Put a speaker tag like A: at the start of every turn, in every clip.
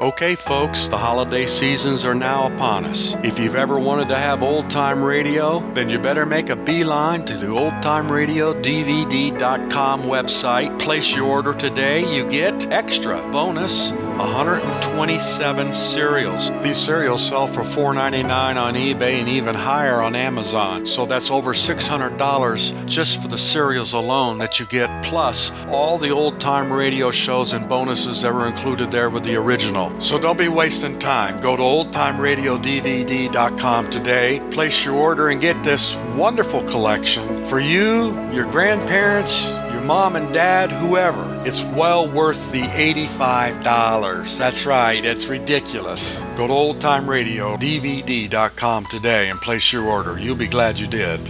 A: Okay, folks, the holiday seasons are now upon us. If you've ever wanted to have old time radio, then you better make a beeline to the oldtimeradiodvd.com website. Place your order today. You get extra bonus 127 cereals. These cereals sell for $4.99 on eBay and even higher on Amazon. So that's over $600 just for the cereals alone that you get, plus all the old time radio shows and bonuses that were included there with the original. So don't be wasting time. Go to oldtimeradiodvd.com today, place your order, and get this wonderful collection for you, your grandparents, your mom and dad, whoever. It's well worth the $85. That's right, it's ridiculous. Go to oldtimeradiodvd.com today and place your order. You'll be glad you did.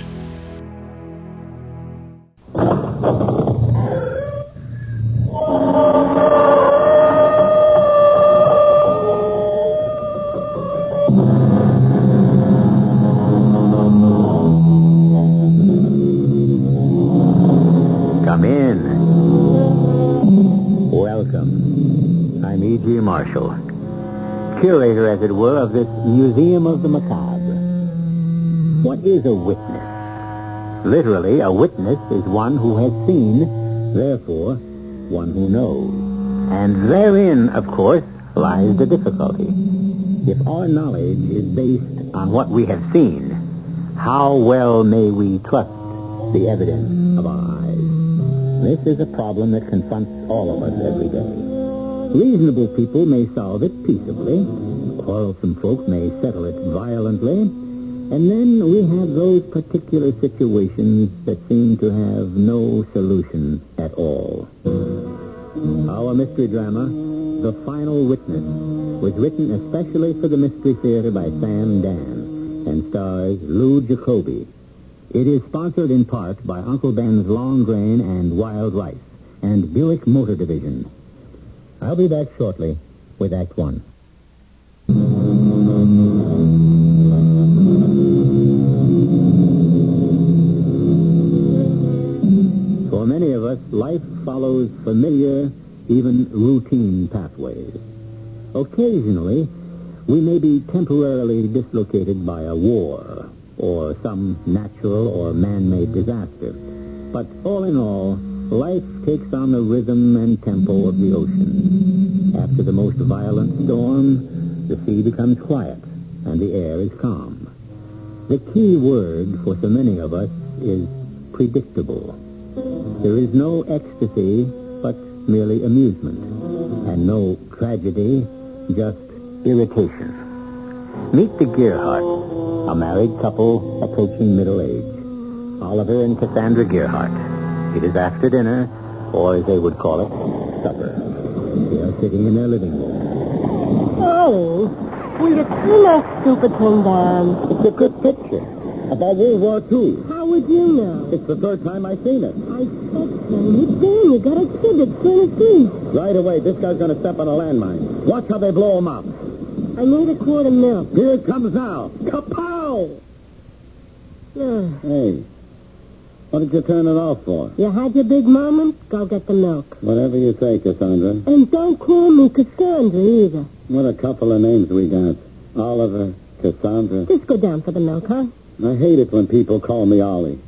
B: Come in. Welcome. I'm E.G. Marshall, curator, as it were, of this Museum of the Macabre. What is a witness? Literally, a witness is one who has seen, therefore, one who knows. And therein, of course, lies the difficulty. If our knowledge is based on what we have seen, how well may we trust the evidence of our eyes? This is a problem that confronts all of us every day. Reasonable people may solve it peaceably. Quarrelsome folk may settle it violently. And then we have those particular situations that seem to have no solution at all. Our mystery drama, The Final Witness, was written especially for the Mystery Theater by Sam Dan and stars Lou Jacoby. It is sponsored in part by Uncle Ben's Long Grain and Wild Rice and Buick Motor Division. I'll be back shortly with Act One. For many of us, life follows familiar, even routine pathways. Occasionally, we may be temporarily dislocated by a war or some natural or man-made disaster. But all in all, life takes on the rhythm and tempo of the ocean. After the most violent storm, the sea becomes quiet and the air is calm. The key word for so many of us is predictable. There is no ecstasy, but merely amusement, and no tragedy, just irritation. Meet the Gearhart, a married couple approaching middle age. Oliver and Cassandra Gearhart. It is after dinner, or as they would call it, supper. They are sitting in their living room.
C: Oh, will you turn that stupid thing down?
B: It's a good picture. About World War II.
C: How would you know?
B: It's the third time I've seen it.
C: I said so. You damn, you got a kid that's going to see.
B: Right away, this guy's going to step on a landmine. Watch how they blow him up.
C: I need a quart of milk.
B: Here it comes now. Kapow!
C: Ugh.
B: Hey, what did you turn it off for?
C: You had your big moment? Go get the milk.
B: Whatever you say, Cassandra.
C: And don't call me Cassandra either.
B: What a couple of names we got. Oliver, Cassandra.
C: Just go down for the milk, huh?
B: I hate it when people call me Ollie.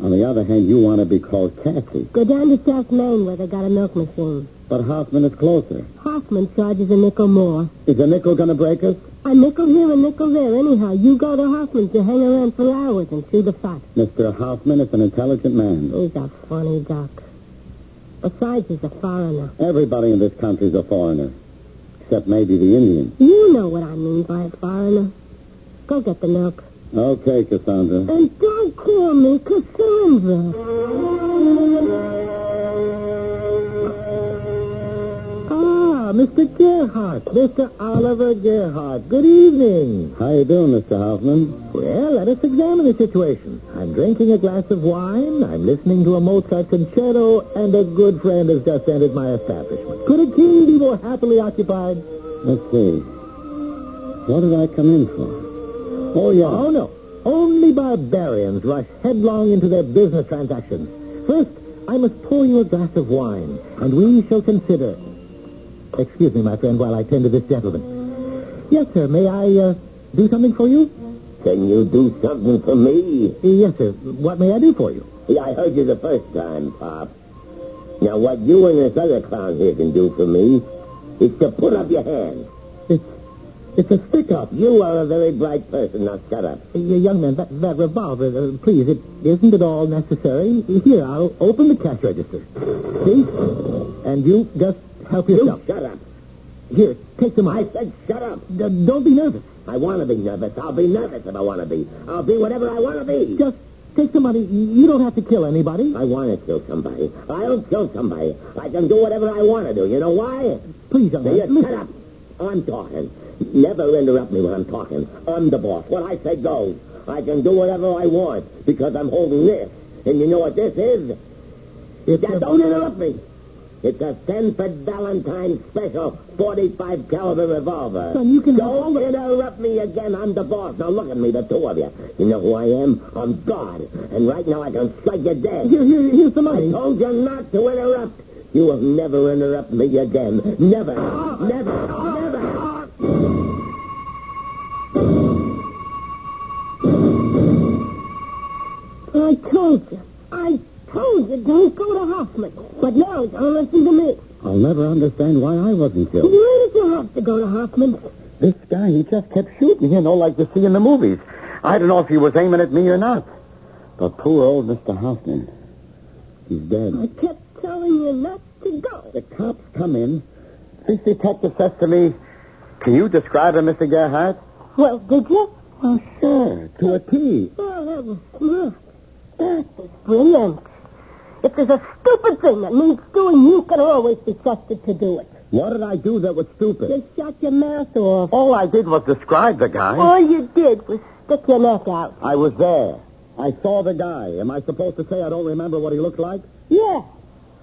B: On the other hand, you want to be called Cassie.
C: Go down to South Main where they got a milk machine.
B: But Hoffman is closer.
C: Hoffman charges a nickel more.
B: Is a nickel going to break us?
C: A nickel here, a nickel there. Anyhow, you go to Hoffman to hang around for hours and chew the fat.
B: Mr. Hoffman is an intelligent man.
C: He's a funny duck. Besides, he's a foreigner.
B: Everybody in this country's a foreigner. Except maybe the Indian.
C: You know what I mean by a foreigner. Go get the milk.
B: Okay, Cassandra.
C: And don't call me Cassandra.
B: Ah, Mr. Gerhardt. Mr. Oliver Gerhardt. Good evening. How you doing, Mr. Hoffman? Well, let us examine the situation. I'm drinking a glass of wine, I'm listening to a Mozart concerto, and a good friend has just entered my establishment. Could a king be more happily occupied? Let's see. What did I come in for? Oh, yeah. Oh, no. Only barbarians rush headlong into their business transactions. First, I must pour you a glass of wine, and we shall consider Excuse me, my friend, while I tend to this gentleman. Yes, sir. May I uh, do something for you?
D: Can you do something for me?
B: Yes, sir. What may I do for you?
D: Yeah, I heard you the first time, Pop. Now, what you and this other clown here can do for me is to put up your hand.
B: It's it's a stick-up.
D: You are a very bright person. Now, shut up.
B: Uh, young man, that, that revolver, uh, please, it isn't at all necessary. Here, I'll open the cash register. See? And you just help yourself.
D: You shut up.
B: Here, take the money.
D: I said shut up.
B: D- don't be nervous.
D: I want to be nervous. I'll be nervous if I want to be. I'll be whatever I want to be.
B: Just take the money. You don't have to kill anybody.
D: I want to kill somebody. I'll kill somebody. I can do whatever I want to do. You know why?
B: Please, young
D: Now,
B: man.
D: you
B: listen.
D: shut up. I'm talking. Never interrupt me when I'm talking. I'm the boss. What I say goes. I can do whatever I want because I'm holding this. And you know what this is?
B: It's
D: Yeah,
B: a-
D: don't interrupt me. It's a Sanford Valentine special 45 caliber revolver.
B: Son, you can have all
D: Don't interrupt me again. I'm the boss. Now look at me, the two of you. You know who I am? I'm God. And right now I can strike you dead.
B: Here, here, here's the
D: I
B: money.
D: told you not to interrupt. You will never interrupt me again. Never.
B: Ah.
D: Never. Never.
C: I told you. I told you, don't go to Hoffman. But now don't listen to me.
B: I'll never understand why I wasn't
C: Why did you have to go to Hoffman?
B: This guy, he just kept shooting, you know, like you see in the movies. I don't know if he was aiming at me or not. But poor old Mr. Hoffman, he's
C: I
B: dead.
C: kept telling you not to go.
B: The cops come in. This detective says to me, can you describe him, Mr. Gerhardt?
C: Well, did you?
B: Well, sure, to a T.
C: Oh, that was smart. That was brilliant. If there's a stupid thing that needs doing, you can always be trusted to do it.
B: What did I do that was stupid?
C: You shut your mouth off.
B: All I did was describe the guy.
C: All you did was stick your neck out.
B: I was there. I saw the guy. Am I supposed to say I don't remember what he looked like?
C: Yeah,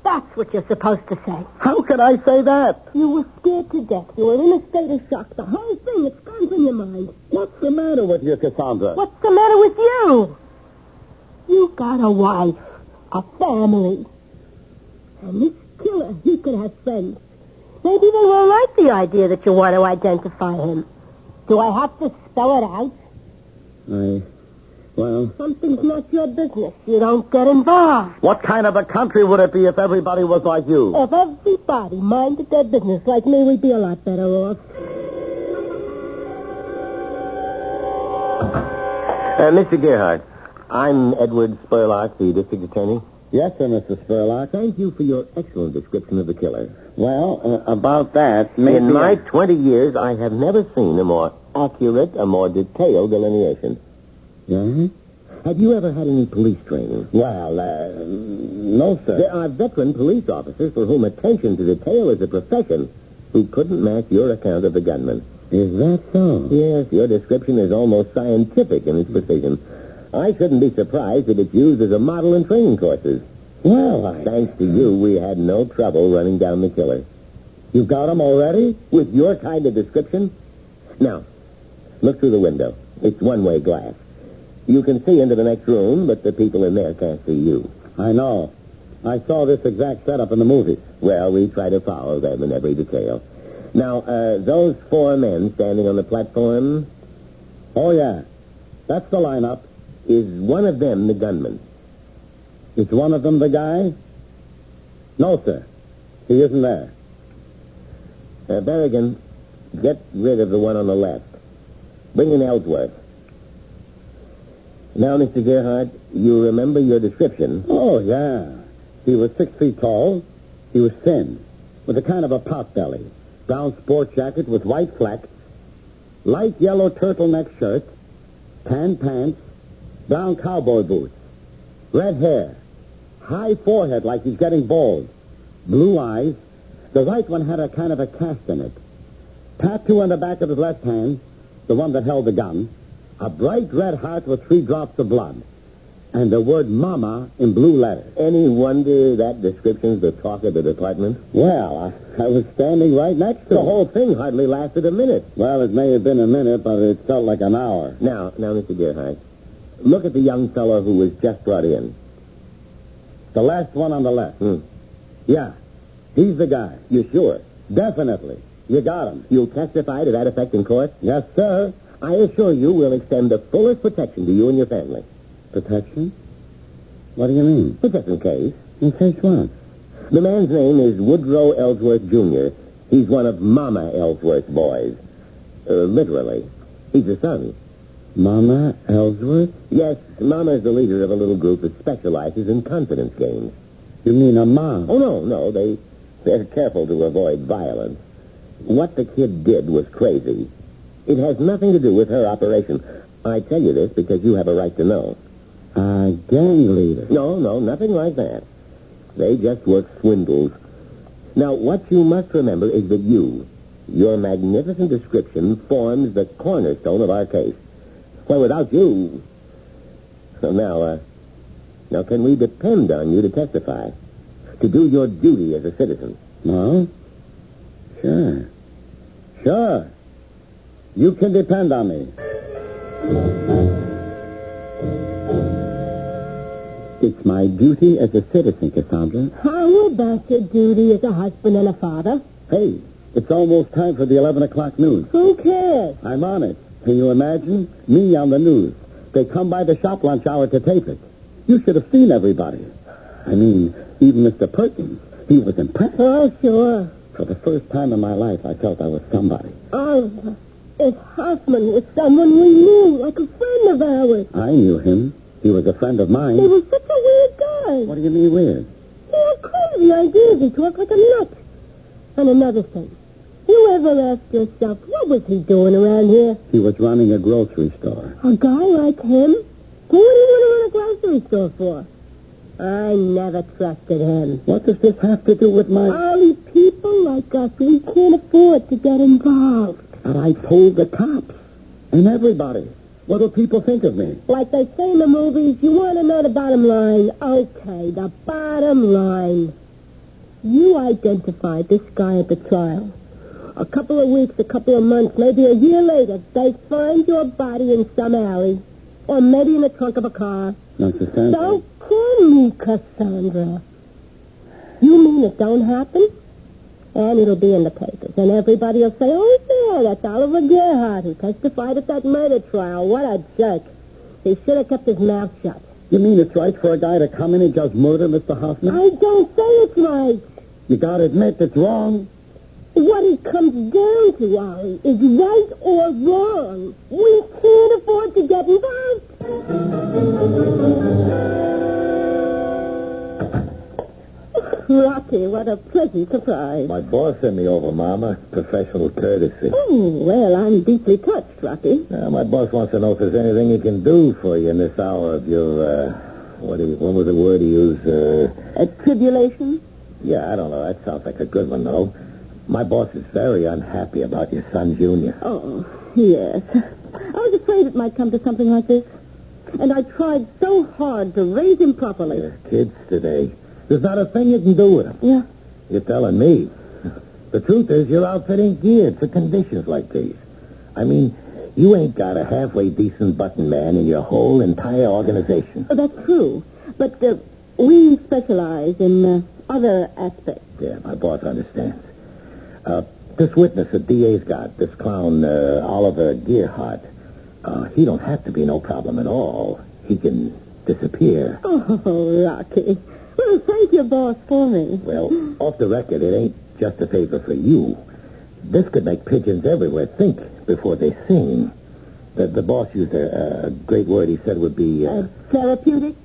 C: that's what you're supposed to say.
B: How could I say that?
C: You were scared to death. You were in a state of shock. The whole thing, it's gone from your mind.
B: What's the matter with you, Cassandra?
C: What's the matter with you? You got a wife, a family. And this killer, he could have friends. Maybe they won't like the idea that you want to identify him. Do I have to spell it out?
B: I, well,
C: Something's not your business. You don't get involved.
B: What kind of a country would it be if everybody was like you?
D: Oh.
C: If everybody minded their business like me, we'd be a lot better off.
D: Uh, Mr. Gerhardt, I'm Edward Spurlock, the district attorney.
B: Yes, sir, Mr. Spurlock.
D: Thank you for your excellent description of the killer.
B: Well, uh, about that, maybe...
D: In my 20 years, I have never seen a more accurate, a more detailed delineation.
B: Yeah?
D: Have you ever had any police training?
B: Well, uh, no, sir.
D: There are veteran police officers for whom attention to detail is a profession who couldn't match your account of the gunman.
B: Is that so?
D: Yes, your description is almost scientific in its precision. I shouldn't be surprised if it's used as a model in training courses.
B: Well, I...
D: Thanks to you, we had no trouble running down the killer.
B: You've got him already?
D: With your kind of description? Now, look through the window. It's one-way glass. You can see into the next room, but the people in there can't see you.
B: I know. I saw this exact setup in the movies.
D: Well, we try to follow them in every detail. Now, uh, those four men standing on the platform,
B: Oh, yeah. That's the lineup.
D: is one of them the gunman?
B: Is one of them the guy? No, sir. He isn't there.
D: Uh, Berrigan, get rid of the one on the left. Bring in Ellsworth. Now, Mr. Gerhardt, you remember your description.
B: Oh, yeah. He was six feet tall. He was thin, with a kind of a pot belly. Brown sport jacket with white flecks, light yellow turtleneck shirt, tan pants, brown cowboy boots, red hair, high forehead like he's getting bald, blue eyes. The right one had a kind of a cast in it. Tattoo on the back of his left hand, the one that held the gun, a bright red heart with three drops of blood, and the word mama in blue letters.
D: Any wonder that description's the talk of the department?
B: Well, I, I was standing right next to
D: The
B: him.
D: whole thing hardly lasted a minute.
B: Well, it may have been a minute, but it felt like an hour.
D: Now, now, Mr. Gerhardt, look at the young fellow who was just brought in.
B: The last one on the left.
D: Hmm.
B: Yeah, he's the guy.
D: You sure?
B: Definitely. You got him.
E: You'll testify to that effect in court?
B: Yes, sir.
E: I assure you we'll extend the fullest protection to you and your family.
B: Protection? What do you mean?
E: But just in case.
B: In case what?
E: The man's name is Woodrow Ellsworth, Jr. He's one of Mama Ellsworth's boys. Uh, literally. He's a son.
B: Mama Ellsworth?
E: Yes, Mama's the leader of a little group that specializes in confidence games.
B: You mean a mom?
E: Oh, no, no. They, they're careful to avoid violence. What the kid did was crazy. It has nothing to do with her operation. I tell you this because you have a right to know.
B: A gang leader.
E: No, no, nothing like that. They just work swindles. Now, what you must remember is that you, your magnificent description, forms the cornerstone of our case. Well, without you... So now, uh, now can we depend on you to testify? To do your duty as a citizen?
B: No? Sure. Sure. You can depend on me.
E: It's my duty as a citizen, Cassandra.
C: How about your duty as a husband and a father?
B: Hey, it's almost time for the 11 o'clock news.
C: Who cares?
B: I'm on it. Can you imagine? Me on the news. They come by the shop lunch hour to tape it. You should have seen everybody. I mean, even Mr. Perkins. He was impressed.
C: Oh, sure.
B: For the first time in my life, I felt I was somebody.
C: Oliver, if Hoffman was someone we knew, like a friend of ours,
B: I knew him. He was a friend of mine.
C: he was such a weird guy.
B: What do you mean weird?
C: He had crazy ideas. He talked like a nut. And another thing, you ever ask yourself, what was he doing around here?
B: He was running a grocery store.
C: A guy like him? Who would he want to run a grocery store for? I never trusted him.
B: What does this have to do with my...
C: Ollie, people like us, we can't afford to get involved.
B: And I told the cops and everybody. What do people think of me?
C: Like they say in the movies, you want to know the bottom line. Okay, the bottom line. You identified this guy at the trial. A couple of weeks, a couple of months, maybe a year later, they find your body in some alley. Or maybe in the trunk of a car.
B: Not the same.
C: Don't call me Cassandra. You mean it don't happen? And it'll be in the papers. And everybody will say, oh, yeah, that's Oliver Gerhardt who testified at that murder trial. What a jerk. He should have kept his mouth shut.
B: You mean it's right for a guy to come in and just murder Mr. Hoffman?
C: I don't say it's right.
B: You gotta admit it's wrong.
C: What it comes down to, Ollie, is right or wrong. We can't afford to get involved. Rocky, what a pleasant surprise.
B: My boss sent me over, Mama. Professional courtesy.
C: Oh, well, I'm deeply touched, Rocky.
B: Now, my boss wants to know if there's anything he can do for you in this hour of your, uh, what, do you, what was the word he used? Uh,
C: A tribulation?
B: yeah, I don't know. That sounds like a good one, though. My boss is very unhappy about your son, Junior.
C: Oh, yes. I was afraid it might come to something like this. And I tried so hard to raise him properly.
B: There's kids today. There's not a thing you can do with them.
C: Yeah.
B: You're telling me. The truth is, your outfit ain't geared for conditions like these. I mean, you ain't got a halfway decent button man in your whole entire organization.
C: Oh, that's true. But uh, we specialize in uh, other aspects.
B: Yeah, my boss understands. Uh, this witness the DA's got, this clown uh, Oliver Gearhart, uh, he don't have to be no problem at all. He can disappear.
C: Oh, Rocky. Well, thank your boss for me.
B: Well, off the record, it ain't just a favor for you. This could make pigeons everywhere think before they sing. The, the boss used a, a great word he said would be, uh,
C: Uh, therapeutic?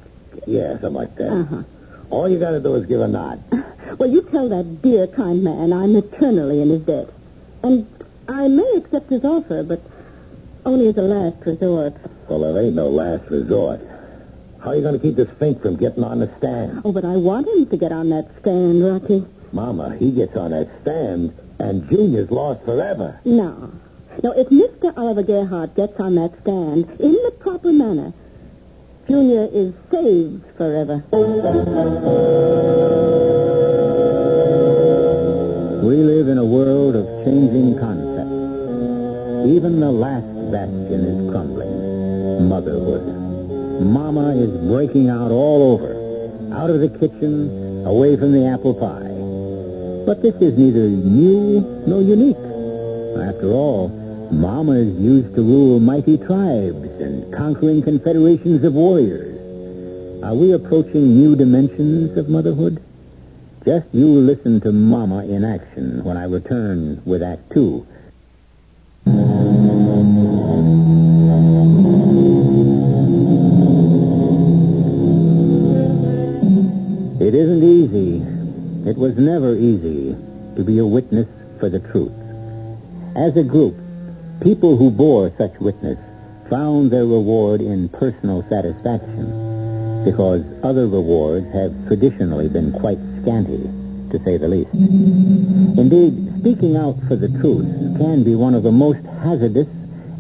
B: yeah, something like that.
C: Uh-huh.
B: All you got to do is give a nod.
C: Well, you tell that dear, kind man I'm eternally in his debt. And I may accept his offer, but only as a last resort.
B: Well, there ain't no last resort. How you going to keep this fink from getting on the stand?
C: Oh, but I want him to get on that stand, Rocky.
B: Mama, he gets on that stand, and Junior's lost forever.
C: No. No, if Mr. Oliver Gerhardt gets on that stand in the proper manner, Junior is saved forever.
E: We live in a world of changing concepts. Even the last bastion is crumbling. Motherhood. Mama is breaking out all over. Out of the kitchen, away from the apple pie.
B: But this is neither new nor unique. After all, mamas used to rule mighty tribes and conquering confederations of warriors. Are we approaching new dimensions of motherhood? Just you listen to Mama in action when I return with Act Two. It isn't easy. It was never easy to be a witness for the truth. As a group, people who bore such witness found their reward in personal satisfaction because other rewards have traditionally been quite scanty, to say the least. Indeed, speaking out for the truth can be one of the most hazardous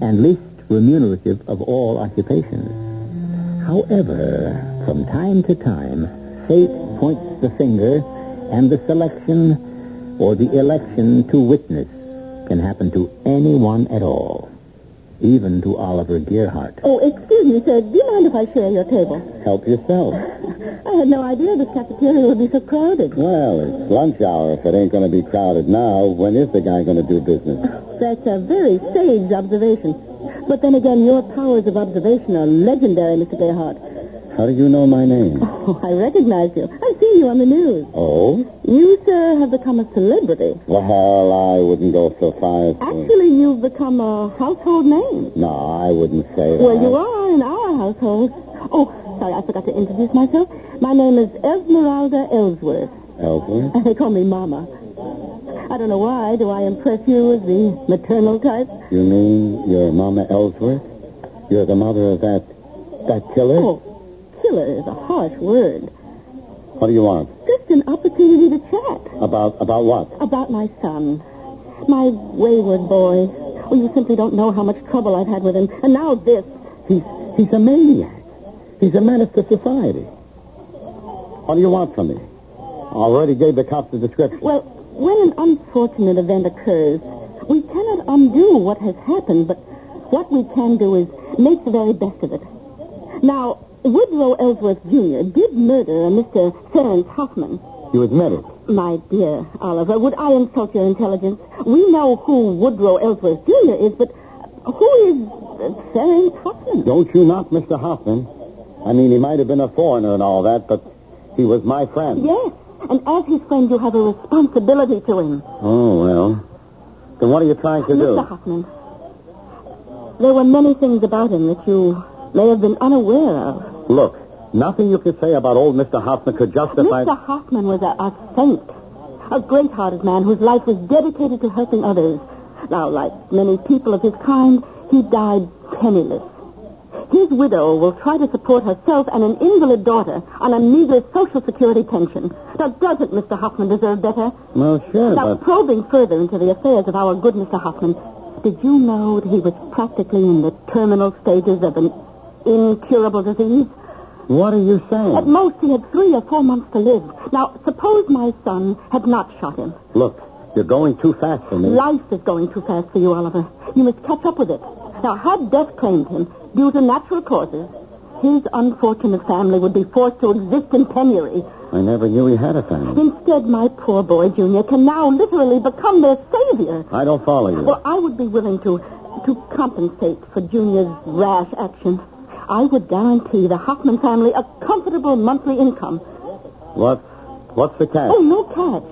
B: and least remunerative of all occupations. However, from time to time, fate points the finger, and the selection or the election to witness can happen to anyone at all, even to Oliver Gearhart.
C: Oh, excuse me, sir. Do you mind if I share your table?
B: Help yourself.
C: I had no idea this cafeteria would be so crowded.
B: Well, it's lunch hour. If it ain't going to be crowded now, when is the guy going to do business?
C: That's a very sage observation. But then again, your powers of observation are legendary, Mr. Gerhardt.
B: How do you know my name?
C: Oh, I recognize you. I see you on the news.
B: Oh?
C: You, sir, have become a celebrity.
B: Well, I wouldn't go so far as to...
C: Actually, you've become a household name.
B: No, I wouldn't say that.
C: Well, you are in our household. Oh, sorry, I forgot to introduce myself. My name is Esmeralda Ellsworth.
B: Elton?
C: They call me Mama. I don't know why. Do I impress you as the maternal type?
B: You mean your Mama Ellsworth? You're the mother of that... that killer?
C: Oh, killer is a harsh word.
B: What do you want?
C: Just an opportunity to chat
B: About about what?
C: about my son, my wayward boy. Oh, you simply don't know how much trouble I've had with him. And now this.
B: He's he's a maniac. He's a menace to society. What do you want from me? Already gave the cops the description.
C: Well, when an unfortunate event occurs, we cannot undo what has happened, but what we can do is make the very best of it. Now, Woodrow Ellsworth Jr. did murder a Mr. Terence Hoffman.
B: You admit it.
C: My dear Oliver, would I insult your intelligence? We know who Woodrow Ellsworth Jr. is, but who is uh, Terence Hoffman?
B: Don't you knock Mr. Hoffman. I mean, he might have been a foreigner and all that, but he was my friend.
C: Yes, and as his friend, you have a responsibility to him.
B: Oh, well. Then what are you trying to
C: Mr.
B: do?
C: Hoffman, there were many things about him that you may have been unaware of.
B: Look, nothing you could say about old Mr. Hoffman could justify...
C: Mr. Hoffman was a, a saint, a great-hearted man whose life was dedicated to helping others. Now, like many people of his kind, he died penniless. His widow will try to support herself and an invalid daughter on a meager Social Security pension. Now, doesn't Mr. Hoffman deserve better?
B: Well, sure,
C: Now,
B: but...
C: probing further into the affairs of our good Mr. Hoffman, did you know that he was practically in the terminal stages of an incurable disease?
B: What are you
C: At
B: saying?
C: most, he had three or four months to live. Now, suppose my son had not shot him.
B: Look, you're going too fast for me.
C: Life is going too fast for you, Oliver. You must catch up with it. Now, had death claimed him due to natural causes, his unfortunate family would be forced to exist in penury.
B: I never knew he had a family.
C: Instead, my poor boy, Junior, can now literally become their savior.
B: I don't follow you.
C: Well, I would be willing to to compensate for Junior's rash action. I would guarantee the Hoffman family a comfortable monthly income.
B: What's what's the catch?
C: Oh, no catch.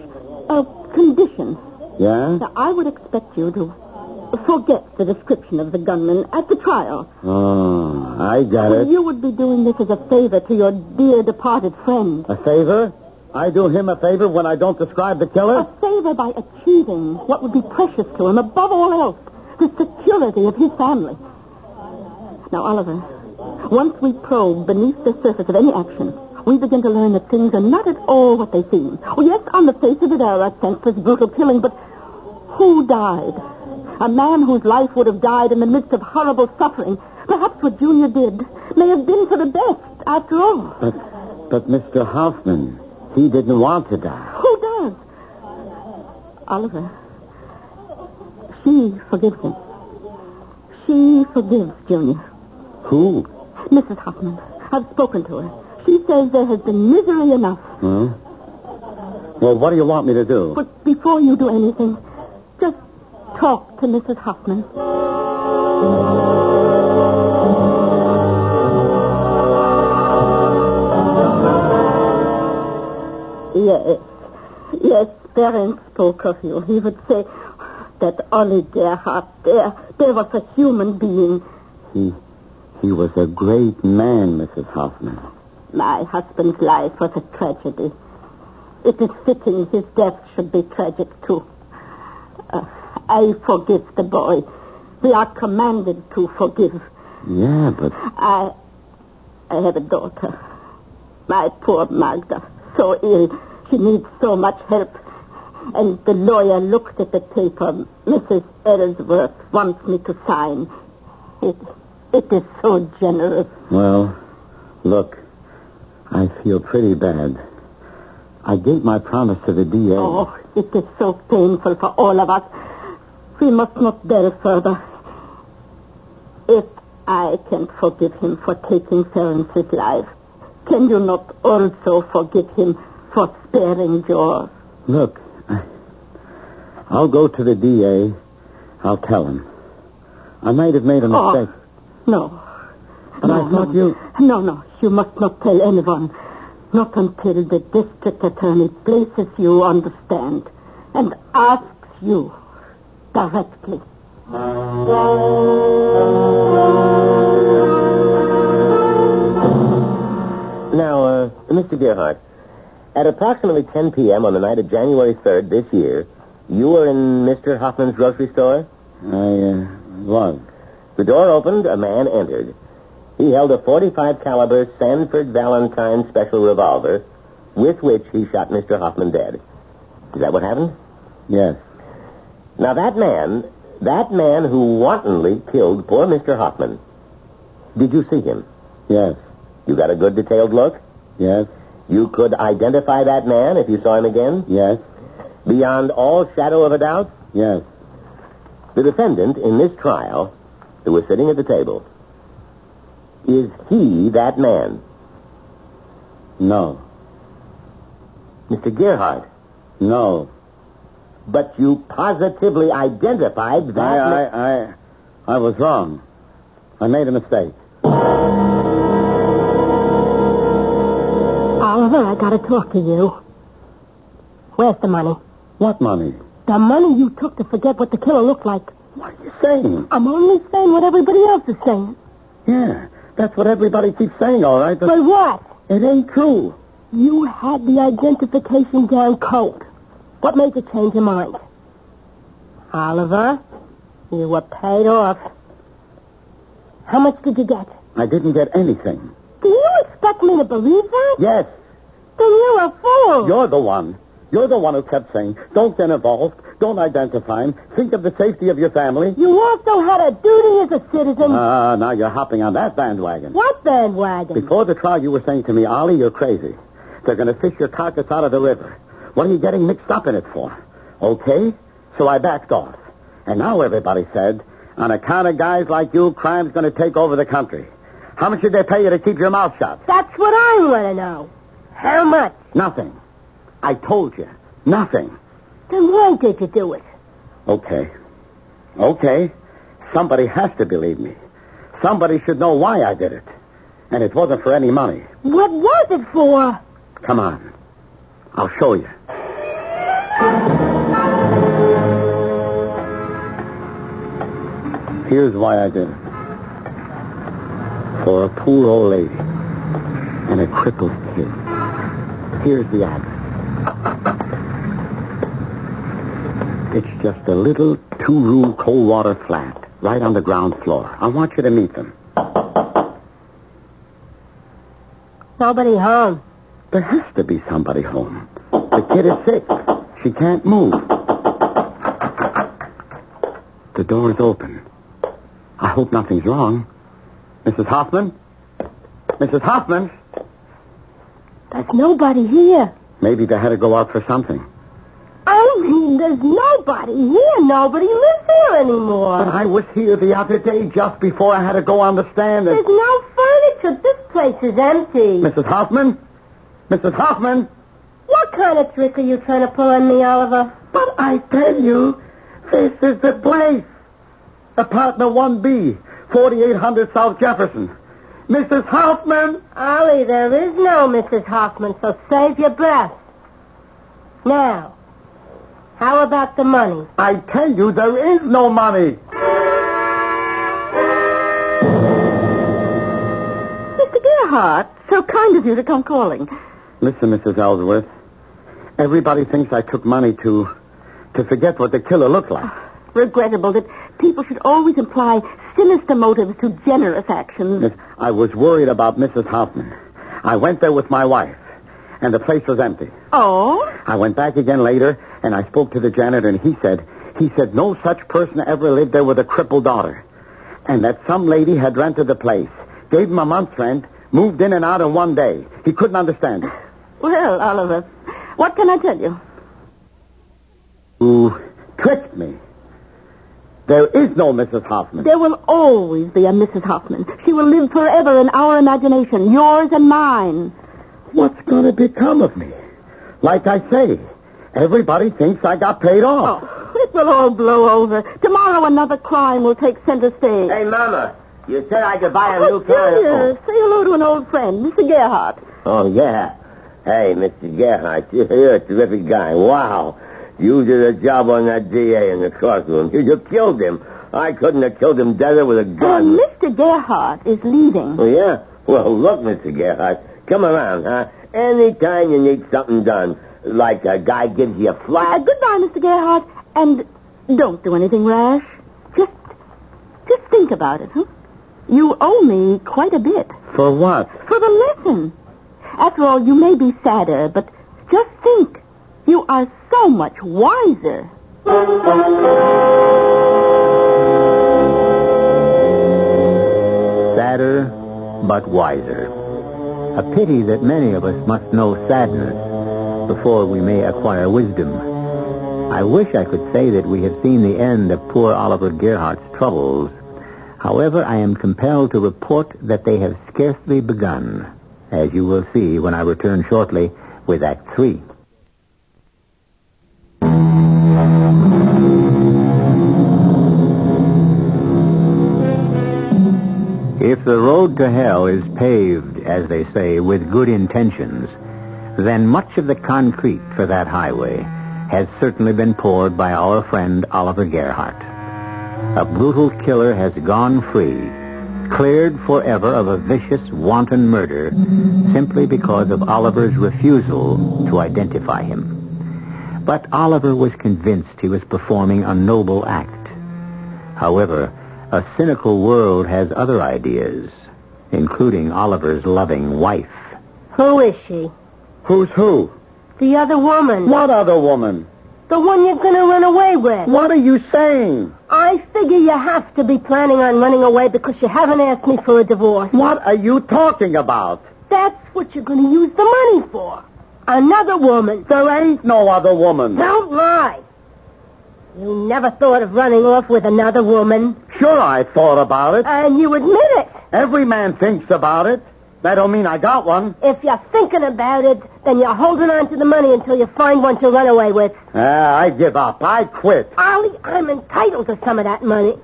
C: A condition.
B: Yeah?
C: Now, I would expect you to forget the description of the gunman at the trial.
B: Oh, I got it.
C: You would be doing this as a favor to your dear departed friend.
B: A favor? I do him a favor when I don't describe the
C: A
B: killer?
C: favor by achieving what would be precious to him above all else, the security of his family. Now, Oliver, once we probe beneath the surface of any action, we begin to learn that things are not at all what they seem. Well, yes, on the face of it, there are senseless, brutal killing, but who died? A man whose life would have died in the midst of horrible suffering. Perhaps what Junior did may have been for the best, after all.
B: But but Mr. Hoffman, he didn't want to die.
C: Who does? Oliver. She forgives him. She forgives Junior.
B: Who?
C: Mrs. Hoffman, I've spoken to her. She says there has been misery enough.
B: Well, well, what do you want me to do?
C: But before you do anything, just talk to Mrs. Hoffman. Yes. Yes, Behrens spoke of you. He would say that Ollie Gerhardt, there, there was a human being.
B: He, he was a great man, Mrs. Hoffman.
C: My husband's life was a tragedy. It is fitting his death should be tragic, too. Uh, I forgive the boy. We are commanded to forgive.
B: Yeah, but
C: I, I have a daughter. My poor Magda, so ill. She needs so much help. And the lawyer looked at the paper Mrs. Ellsworth wants me to sign. It, it is so generous.
B: Well, look, I feel pretty bad. I gave my promise to the DA.
C: Oh, it is so painful for all of us. We must not dwell further. If I can forgive him for taking Ference's life, can you not also forgive him for sparing yours?
B: Look, I- I'll go to the DA. I'll tell him. I might have made a
C: Oh.
B: mistake.
C: No.
B: But I thought you-
C: No, no. You must not tell anyone. Not until the district attorney places you on the stand and asks you directly.
D: Now, uh, Mr. Gerhardt, at approximately 10 p.m. on the night of January 3rd this year, you were in Mr. Hoffman's grocery store?
B: I uh, was.
D: The door opened, a man entered. He held a 45 caliber Sanford Valentine special revolver with which he shot Mr. Hoffman dead. Is that what happened?
B: Yes.
D: Now that man, that man who wantonly killed poor Mr. Hoffman, did you see him?
B: Yes.
D: You got a good detailed look?
B: Yes.
D: You could identify that man if you saw him again?
B: Yes.
D: Beyond all shadow of a doubt,
B: Yes.
D: the defendant in this trial, who was sitting at the table, is he that man?
B: No.
D: Mr. Gerhardt,
B: No.
D: but you positively identified that
B: I,
D: man.
B: I, I, I was wrong. I made a mistake.
C: Oliver, I gotta talk to you. Where's the money?
B: What money?
C: The money you took to forget what the killer looked like.
B: What are you saying?
C: I'm only saying what everybody else is saying.
B: Yeah, that's what everybody keeps saying, all right, but
C: But what?
B: it ain't true.
C: You had the identification down cold. What made you change your mind? Oliver, you were paid off. How much did you get?
B: I didn't get anything.
C: Do you expect me to believe that?
B: Yes,
C: Then you're a fool.
B: you're the one. You're the one who kept saying, don't get involved, don't identify him, think of the safety of your family.
C: You also had a duty as a citizen.
B: Ah, now you're hopping on that bandwagon.
C: what bandwagon?
B: Before the trial, you were saying to me, Ollie, you're crazy. They're going to fish your carcass out of the river. What are you getting mixed up in it for? Okay, so I backed off. And now everybody said, on account of guys like you, crime's going to take over the country. How much did they pay you to keep your mouth shut?
C: That's what I want to know. How much?
B: Nothing. I told you, nothing.
C: Then why did you do it?
B: Okay. Okay. Somebody has to believe me. Somebody should know why I did it. And it wasn't for any money.
C: What was it for?
B: Come on. I'll show you. Here's why I did it. For a poor old lady and a crippled kid. Here's the address. It's just a little two-room cold water flat right on the ground floor. I want you to meet them.
C: Nobody home.
B: There has to be somebody home. The kid is sick. She can't move. The door is open. I hope nothing's wrong. Mrs. Hoffman? Mrs. Hoffman?
C: There's nobody here.
B: Maybe they had to go out for something.
C: I mean, there's nobody here. Nobody lives here anymore.
B: But I was here the other day just before I had to go on the stand.
C: There's
B: And...
C: no furniture. This place is empty.
B: Mrs. Hoffman? Mrs. Hoffman?
C: What kind of trick are you trying to pull on me, Oliver?
D: But I tell you, this is the place. Apartment 1B, 4800 South Jefferson. Mrs. Hoffman.
C: Ollie, there is no Mrs. Hoffman, so save your breath. Now, how about the money?
D: I tell you, there is no money.
C: Mr. Gerhardt, so kind of you to come calling.
D: Listen, Mrs. Ellsworth. Everybody thinks I took money to to forget what the killer looked like.
C: Regrettable that people should always imply sinister motives to generous actions.
D: Miss, I was worried about Mrs. Hoffman. I went there with my wife, and the place was empty.
C: Oh?
D: I went back again later, and I spoke to the janitor, and he said, he said no such person ever lived there with a crippled daughter, and that some lady had rented the place, gave him a month's rent, moved in and out in one day. He couldn't understand it.
C: Well, Oliver, what can I tell you?
D: Who tricked me? There is no Mrs. Hoffman.
C: There will always be a Mrs. Hoffman. She will live forever in our imagination, yours and mine.
D: What's going to become of me? Like I say, everybody thinks I got paid off.
C: Oh, it will all blow over. Tomorrow another crime will take center stage.
D: Hey, Mama, you said I could buy a
C: Oh, Junior, say hello to an old friend, Mr. Gerhardt.
D: Oh, yeah. Hey, Mr. Gerhardt, you're a terrific guy. Wow. You did a job on that DA in the courtroom. You, you killed him. I couldn't have killed him deader with a
C: Uh,
D: gun.
C: Mr. Gerhardt is leaving.
D: Oh, yeah? Well, look, Mr. Gerhardt, come around, huh? Anytime you need something done, like a guy gives you a
C: Uh,
D: flat.
C: goodbye, Mr. Gerhardt, and don't do anything rash. Just, just think about it, huh? You owe me quite a bit
D: For what?
C: for the lesson. After all, you may be sadder, but just think. You are so much wiser.
D: Sadder, but wiser.
B: A pity that many of us must know sadness before we may acquire wisdom. I wish I could say that we have seen the end of poor Oliver Gerhardt's troubles. However, I am compelled to report that they have scarcely begun, as you will see when I return shortly with Act Three. If the road to hell is paved, as they say, with good intentions, then much of the concrete for that highway has certainly been poured by our friend Oliver Gerhardt. A brutal killer has gone free, cleared forever of a vicious, wanton murder simply because of Oliver's refusal to identify him. But Oliver was convinced he was performing a noble act. However, a cynical world has other ideas, including Oliver's loving wife.
C: Who is she?
D: Who's who?
C: The other woman.
D: What other woman?
C: The one you're going to run away with.
D: What are you saying?
C: I figure you have to be planning on running away because you haven't asked me for a divorce.
D: What are you talking about?
C: That's what you're going to use the money for. Another woman.
D: There ain't no other woman.
C: Don't lie. You never thought of running off with another woman,
D: Sure, I thought about it.
C: and you admit it.
D: Every man thinks about it. That don't mean I got one.
C: If you're thinking about it, then you're holding on to the money until you find one to run away with.
D: Ah, I give up. I quit.
C: Ollie, I'm entitled to some of that money.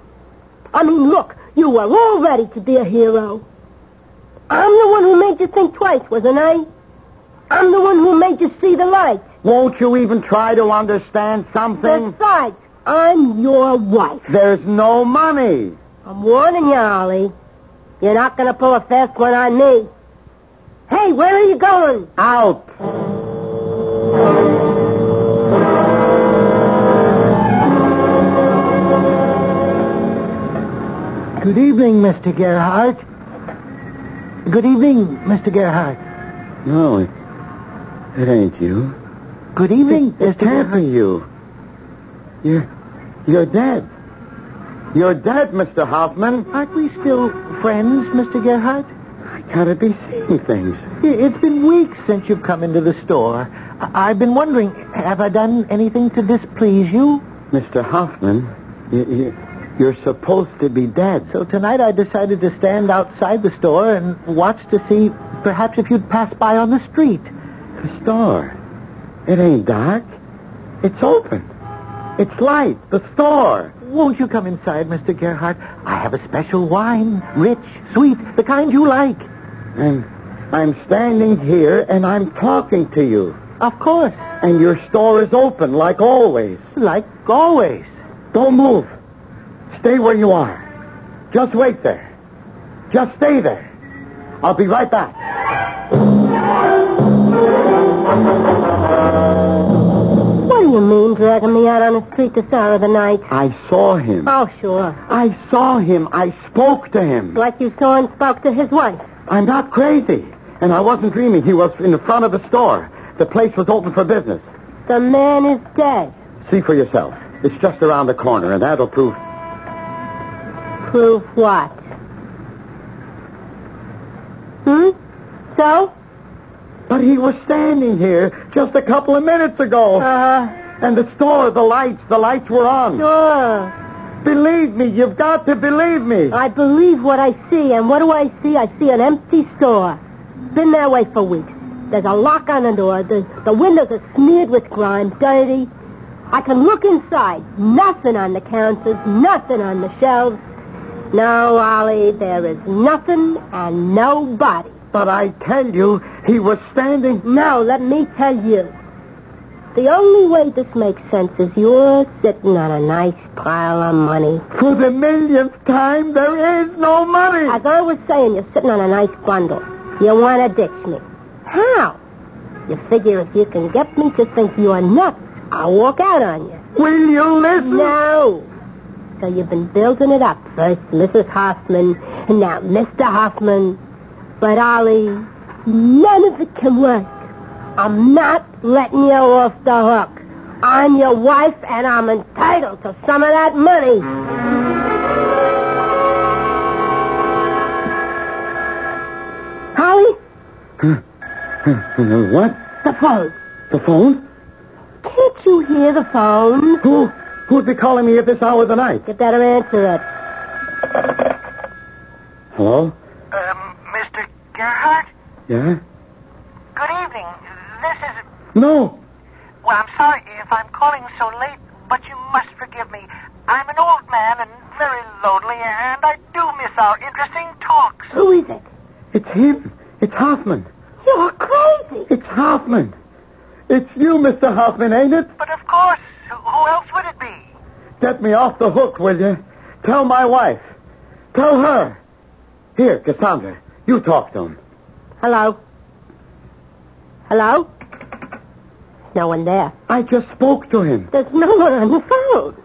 C: I mean, look, you were all ready to be a hero. I'm the one who made you think twice, wasn't I? I'm the one who made you see the light.
D: Won't you even try to understand something?
C: Besides, I'm your wife.
D: There's no money.
C: I'm warning you, Ollie. You're not going to pull a fast one on me. Hey, where are you going?
D: Out.
B: Good evening, Mr. Gerhardt. Good evening, Mr. Gerhardt.
D: No, it, it ain't you.
B: Good
D: It, it can't be you. You're, you're dead. You're dead, Mr. Hoffman.
B: Aren't we still friends, Mr. Gerhardt?
D: I gotta be seeing things.
B: I- It's been weeks since you've come into the store. I- I've been wondering, have I done anything to displease you?
D: Mr. Hoffman, you, you, you're supposed to be dead.
B: So tonight I decided to stand outside the store and watch to see perhaps if you'd pass by on the street.
D: The store. It ain't dark. It's open.
B: It's light. The store. Won't you come inside, Mr. Gerhardt? I have a special wine. Rich, sweet, the kind you like. I'm, I'm standing here and I'm talking to you. Of course. And your store is open, like always. Like always. Don't move. Stay where you are. Just wait there. Just stay there. I'll be right back.
C: What do you mean, dragging me out on the street this hour of the night?
B: I saw him.
C: Oh, sure.
B: I saw him. I spoke to him.
C: Like you saw and spoke to his wife.
B: I'm not crazy. And I wasn't dreaming. He was in the front of the store. The place was open for business.
C: The man is dead.
B: See for yourself. It's just around the corner, and that'll prove.
C: Prove what? Hmm? So?
B: But he was standing here just a couple of minutes ago.
C: Uh,
B: and the store, the lights, the lights were on.
C: sure.
B: Believe me, you've got to believe me.
C: I believe what I see, and what do I see? I see an empty store. Been that way for weeks. There's a lock on the door. The, the windows are smeared with grime, dirty. I can look inside. Nothing on the counters, nothing on the shelves. No, Ollie, there is nothing and nobody.
B: But I tell you, he was standing.
C: No, let me tell you. The only way this makes sense is you're sitting on a nice pile of money.
B: For the millionth time, there is no money.
C: As I was saying, you're sitting on a nice bundle. You want to ditch me. How? You figure if you can get me to think you're nuts, I'll walk out on you.
B: Will you listen?
C: No. So you've been building it up. First Mrs. Hoffman, and now Mr. Hoffman. But Ollie, none of it can work. I'm not letting you off the hook. I'm your wife, and I'm entitled to some of that money. Holly,
B: What?
C: the phone.
B: The phone?
C: Can't you hear the phone?
B: Who? Who'd be calling me at this hour of the night?
C: You better answer it.
B: Hello?
F: Um, Mr. Gerhardt?
B: Yeah?
F: Good evening. This is.
B: No.
F: Well, I'm sorry if I'm calling so late, but you must forgive me. I'm an old man and very lonely, and I do miss our interesting talks.
C: Who is it?
B: It's him. It's Hoffman.
C: You're crazy.
B: It's Hoffman. It's you, Mr. Hoffman, ain't it?
F: But of course, who- who else would it be?
B: Get me off the hook, will you? Tell my wife. Tell her. Here, Cassandra, you talk to him.
C: Hello? Hello? No one there.
B: I just spoke to him.
C: There's no one on the phone.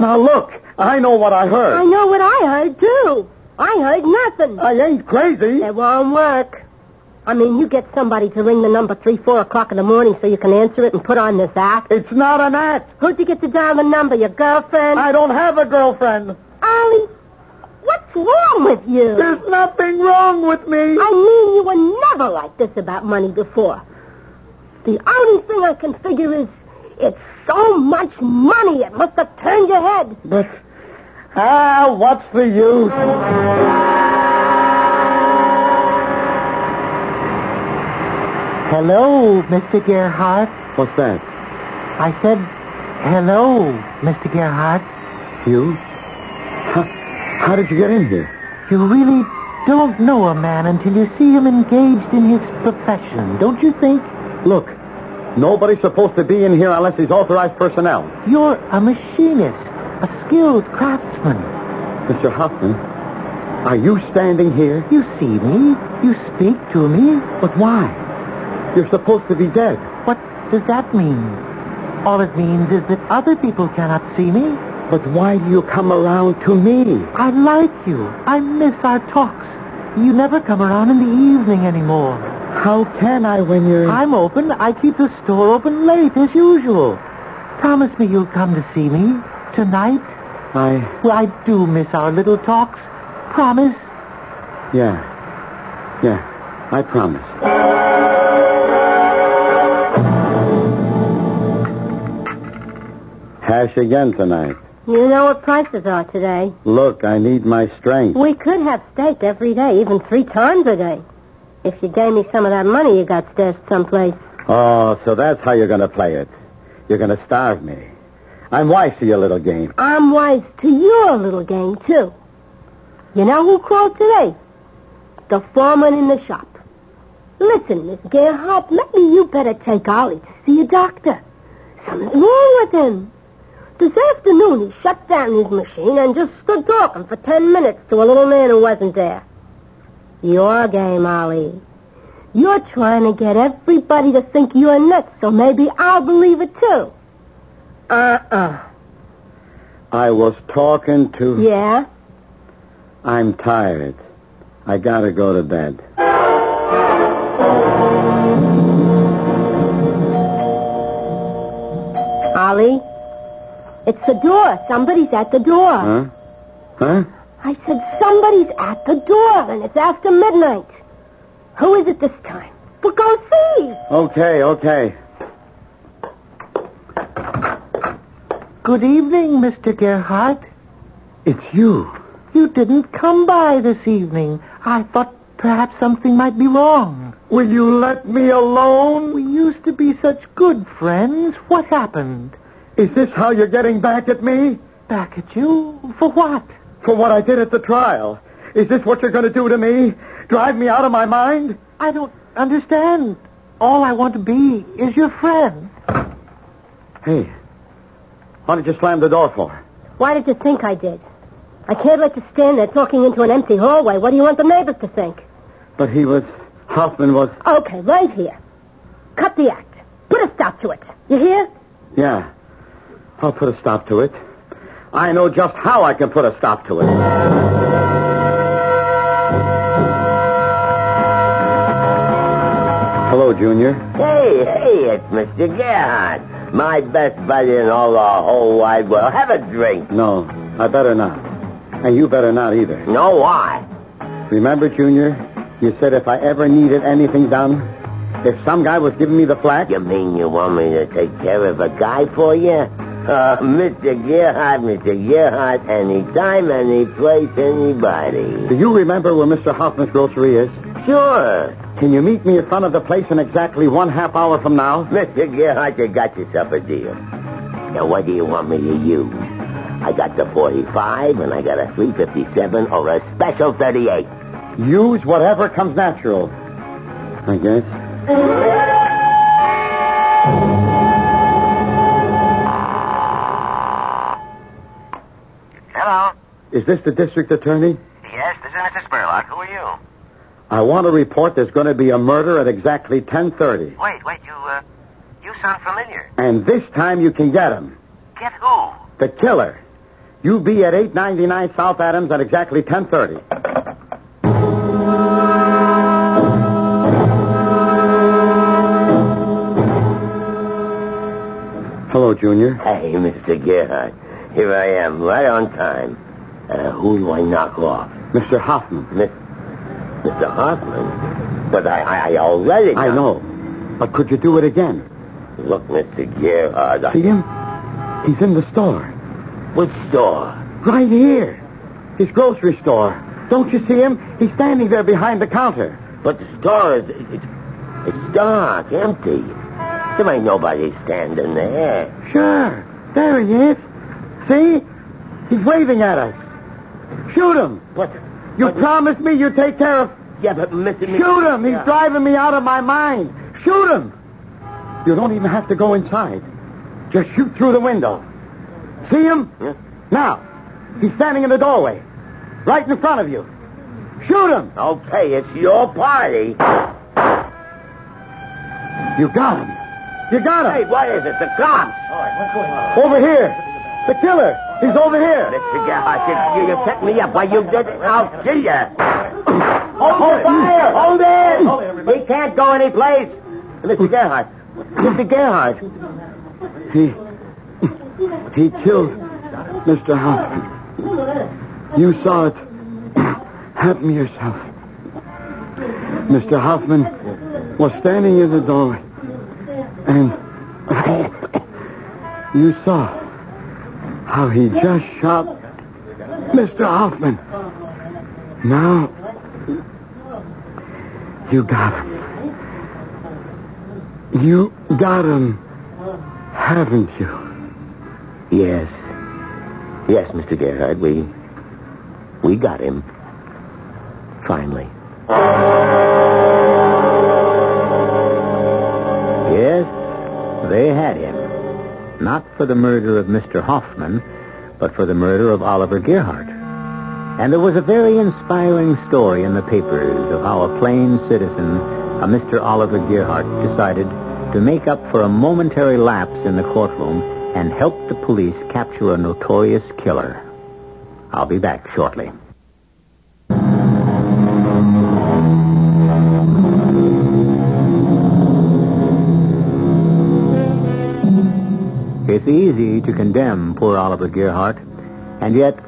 B: Now look, I know what I
C: I
B: heard.
C: know what I heard, too. I heard nothing.
B: I ain't crazy.
C: It won't work. I mean, you get somebody to ring the number 3, 4 o'clock in the morning so you can answer it and put on this act.
B: It's not an act.
C: Who'd you get to dial the number? Your girlfriend?
B: I don't have a girlfriend.
C: Ollie, what's wrong with you?
B: There's nothing wrong with me.
C: I mean, you were never like this about money before. The only thing I can figure is it's so much money it must have turned your head.
B: But, ah, what's the use?
G: Hello, Mr. Gerhardt.
B: What's that?
G: I said, hello, Mr. Gerhardt.
B: You? How, how did you get in here?
G: You really don't know a man until you see him engaged in his profession, don't you think?
B: Look, nobody's supposed to be in here unless he's authorized personnel.
G: You're a machinist, a skilled craftsman.
B: Mr. Hoffman, are you standing here?
G: You see me, you speak to me.
B: But why? You're supposed to be dead.
G: What does that mean? All it means is that other people cannot see me.
B: But why do you come around to me?
G: I like you. I miss our talks. You never come around in the evening anymore.
B: How can I when you're...
G: I'm open. I keep the store open late as usual. Promise me you'll come to see me tonight.
B: I...
G: Well, I do miss our little talks. Promise.
B: Yeah. Yeah. I promise. Hash again tonight.
C: You know what prices are today.
B: Look, I need my strength.
C: We could have steak every day, even three times a day. If you gave me some of that money you got stashed someplace.
B: Oh, so that's how you're going to play it. You're going to starve me. I'm wise to your little game.
C: I'm wise to your little game, too. You know who called today? The foreman in the shop. Listen, Miss Gerhardt, maybe you better take Ollie to see a doctor. Something's wrong with him. This afternoon he shut down his machine and just stood talking for ten minutes to a little man who wasn't there. Your game, Ollie. You're trying to get everybody to think you're nuts, so maybe I'll believe it too. Uh-uh.
B: I was talking to...
C: Yeah?
B: I'm tired. I gotta go to bed.
C: Ollie? It's the door. Somebody's at the door.
G: Ah.
B: Huh? Huh?
C: I said somebody's at the door, and it's after midnight. Who is it this time? We'll go see.
B: Okay, okay.
G: Good evening, Mr. Gerhardt.
B: It's you.
G: You didn't come by this evening. I thought perhaps something might be wrong.
B: Will you let me alone?
G: We used to be such good friends. What happened?
B: Is this how you're getting back at me?
G: Back at you? For what?
B: For what I did at the trial? Is this what you're going to do to me? Drive me out of my mind?
G: I don't understand. All I want to be is your friend.
B: Hey, why did you slam the door for?
C: Why did you think I did? I can't let you stand there talking into an empty hallway. What do you want the neighbors to think?
B: But he was... Hoffman was...
C: Okay, right here. Cut the act. Put a stop to it. You hear?
B: Yeah. I'll put a stop to it. I know just how I can put a stop to it. Hello, Junior.
H: Hey, hey, it's Mr. Gerhardt, my best buddy in all the whole wide world. Have a drink.
B: No, I better not. And you better not either.
H: No, Oh, why?
B: Remember, Junior, you said if I ever needed anything done, if some guy was giving me the flat,
H: You mean you want me to take care of a guy for you? Uh, Mr. Gerhardt, Mr. Gerhardt, anytime, any place,
B: do
H: anybody.
B: you remember where Mr. Hoffman's grocery is?
H: Sure.
B: Can you meet me in front of the place in exactly one half hour from now?
H: Mr. Gerhardt, you got yourself a deal. Now, what do you want me to use? I got the 45, and I got a 357 or a special 38.
B: Use whatever comes natural. I guess.
F: Hello.
B: Is this the district attorney?
F: Yes, this is Mrs. Burlock. Who are you?
B: I want to report there's going to be a murder at exactly 10.30.
F: Wait, wait, you, uh, you sound familiar.
B: And this time you can get him.
F: Get who?
B: The killer. You be at 899 South Adams at exactly 10.30. Hello, Junior.
H: Hey, Mr. Gerhardt. Here I am, right on time. Uh, who do I knock off?
B: Mr. Hoffman.
H: Miss, Mr. Hoffman? But I, I, I already...
B: I know. But could you do it again?
H: Look, Mr. Gerhardt, I...
B: See him? He's in the store.
H: Which store?
B: Right here. His grocery store. Don't you see him? He's standing there behind the counter.
H: But the store is... It, it, it's dark, empty. There ain't nobody standing there.
B: Sure. There he is. See? He's waving at us. Shoot him.
H: What?
B: You
H: But-
B: promised me you'd take care of...
H: Yeah, but Mr. Mc-
B: Shoot him. He's
H: Yeah.
B: driving me out of my mind. Shoot him. You don't even have to go inside. Just shoot through the window. See him?
H: Yeah.
B: Now. He's standing in the doorway. Right in front of you. Shoot him.
H: Okay, it's your party.
B: You got him. You got
H: Hey,
B: him.
H: what is it? The cops. All right, what's going on?
B: Over here. The killer. He's over here.
H: Mr. Gerhardt, you, you set me up. Why, you did it. I'll kill you.
B: Hold
H: Hold
B: it.
H: fire. Hold it.
B: Hold it, everybody.
H: We can't go anyplace. Mr. Gerhardt. Mr. Gerhardt.
B: He, he killed Mr. Hoffman. You saw it happen yourself. Mr. Hoffman was standing in the doorway, and you saw how he just shot Mr. Hoffman. Now, you got him. You got him, haven't you?
H: Yes. Yes, Mr. Gerhard, we. We got him. Finally.
B: Yes, they had him. Not for the murder of Mr. Hoffman, but for the murder of Oliver Gerhardt. And there was a very inspiring story in the papers of how a plain citizen, a Mr. Oliver Gerhardt, decided to make up for a momentary lapse in the courtroom and help the police capture a notorious killer. I'll be back shortly. It's easy to condemn poor Oliver Gerhardt, and yet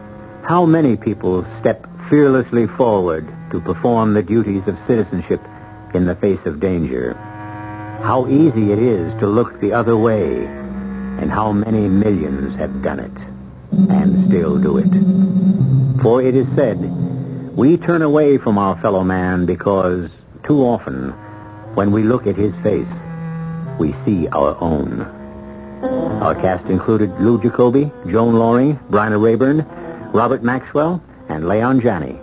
B: how many people step fearlessly forward to perform the duties of citizenship in the face of danger? How easy it is to look the other way, and how many millions have done it and still do it. For it is said, we turn away from our fellow man because too often, when we look at his face, we see our own. Our cast included Lou Jacoby, Joan Loring, Bryna Rayburn, Robert Maxwell, and Leon Janney.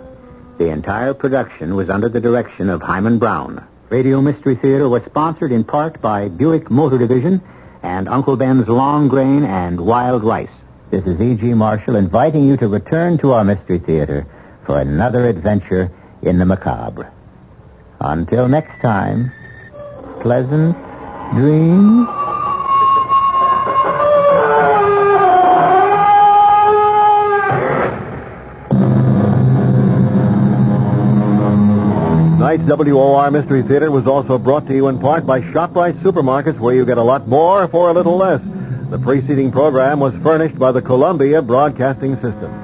B: The entire production was under the direction of Hyman Brown. Radio Mystery Theater was sponsored in part by Buick Motor Division and Uncle Ben's Long Grain and Wild Rice. This is E.G. Marshall inviting you to return to our Mystery Theater for another adventure in the macabre. Until next time, pleasant dreams.
I: Tonight's WOR Mystery Theater was also brought to you in part by ShopRite Supermarkets, where you get a lot more for a little less. The preceding program was furnished by the Columbia Broadcasting System.